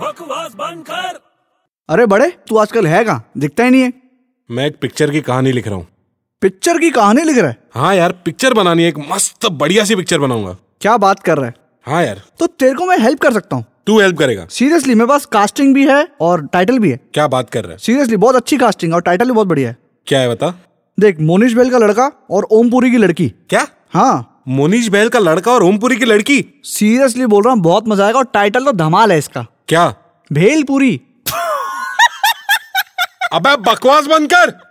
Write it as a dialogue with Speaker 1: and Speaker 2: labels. Speaker 1: बकवास बंद कर
Speaker 2: अरे बड़े तू आजकल है कहाँ दिखता ही नहीं है
Speaker 3: मैं एक पिक्चर की कहानी लिख रहा हूँ
Speaker 2: पिक्चर की कहानी लिख रहा है
Speaker 3: हाँ यार पिक्चर बनानी है एक मस्त बढ़िया सी पिक्चर बनाऊंगा
Speaker 2: क्या बात कर रहा है
Speaker 3: हाँ यार
Speaker 2: तो तेरे को मैं हेल्प कर सकता हूँ
Speaker 3: तू हेल्प करेगा
Speaker 2: सीरियसली मेरे पास कास्टिंग भी है और टाइटल भी है
Speaker 3: क्या बात कर रहा है
Speaker 2: सीरियसली बहुत अच्छी कास्टिंग और टाइटल भी बहुत बढ़िया है
Speaker 3: क्या है बता
Speaker 2: देख मोनिश बेल का लड़का और ओमपुरी की लड़की
Speaker 3: क्या
Speaker 2: हाँ
Speaker 3: मोनीश बहल का लड़का और ओमपुरी की लड़की
Speaker 2: सीरियसली बोल रहा हूँ बहुत मजा आएगा और टाइटल तो धमाल है इसका
Speaker 3: क्या
Speaker 2: भेलपुरी
Speaker 3: अबे बकवास बंद कर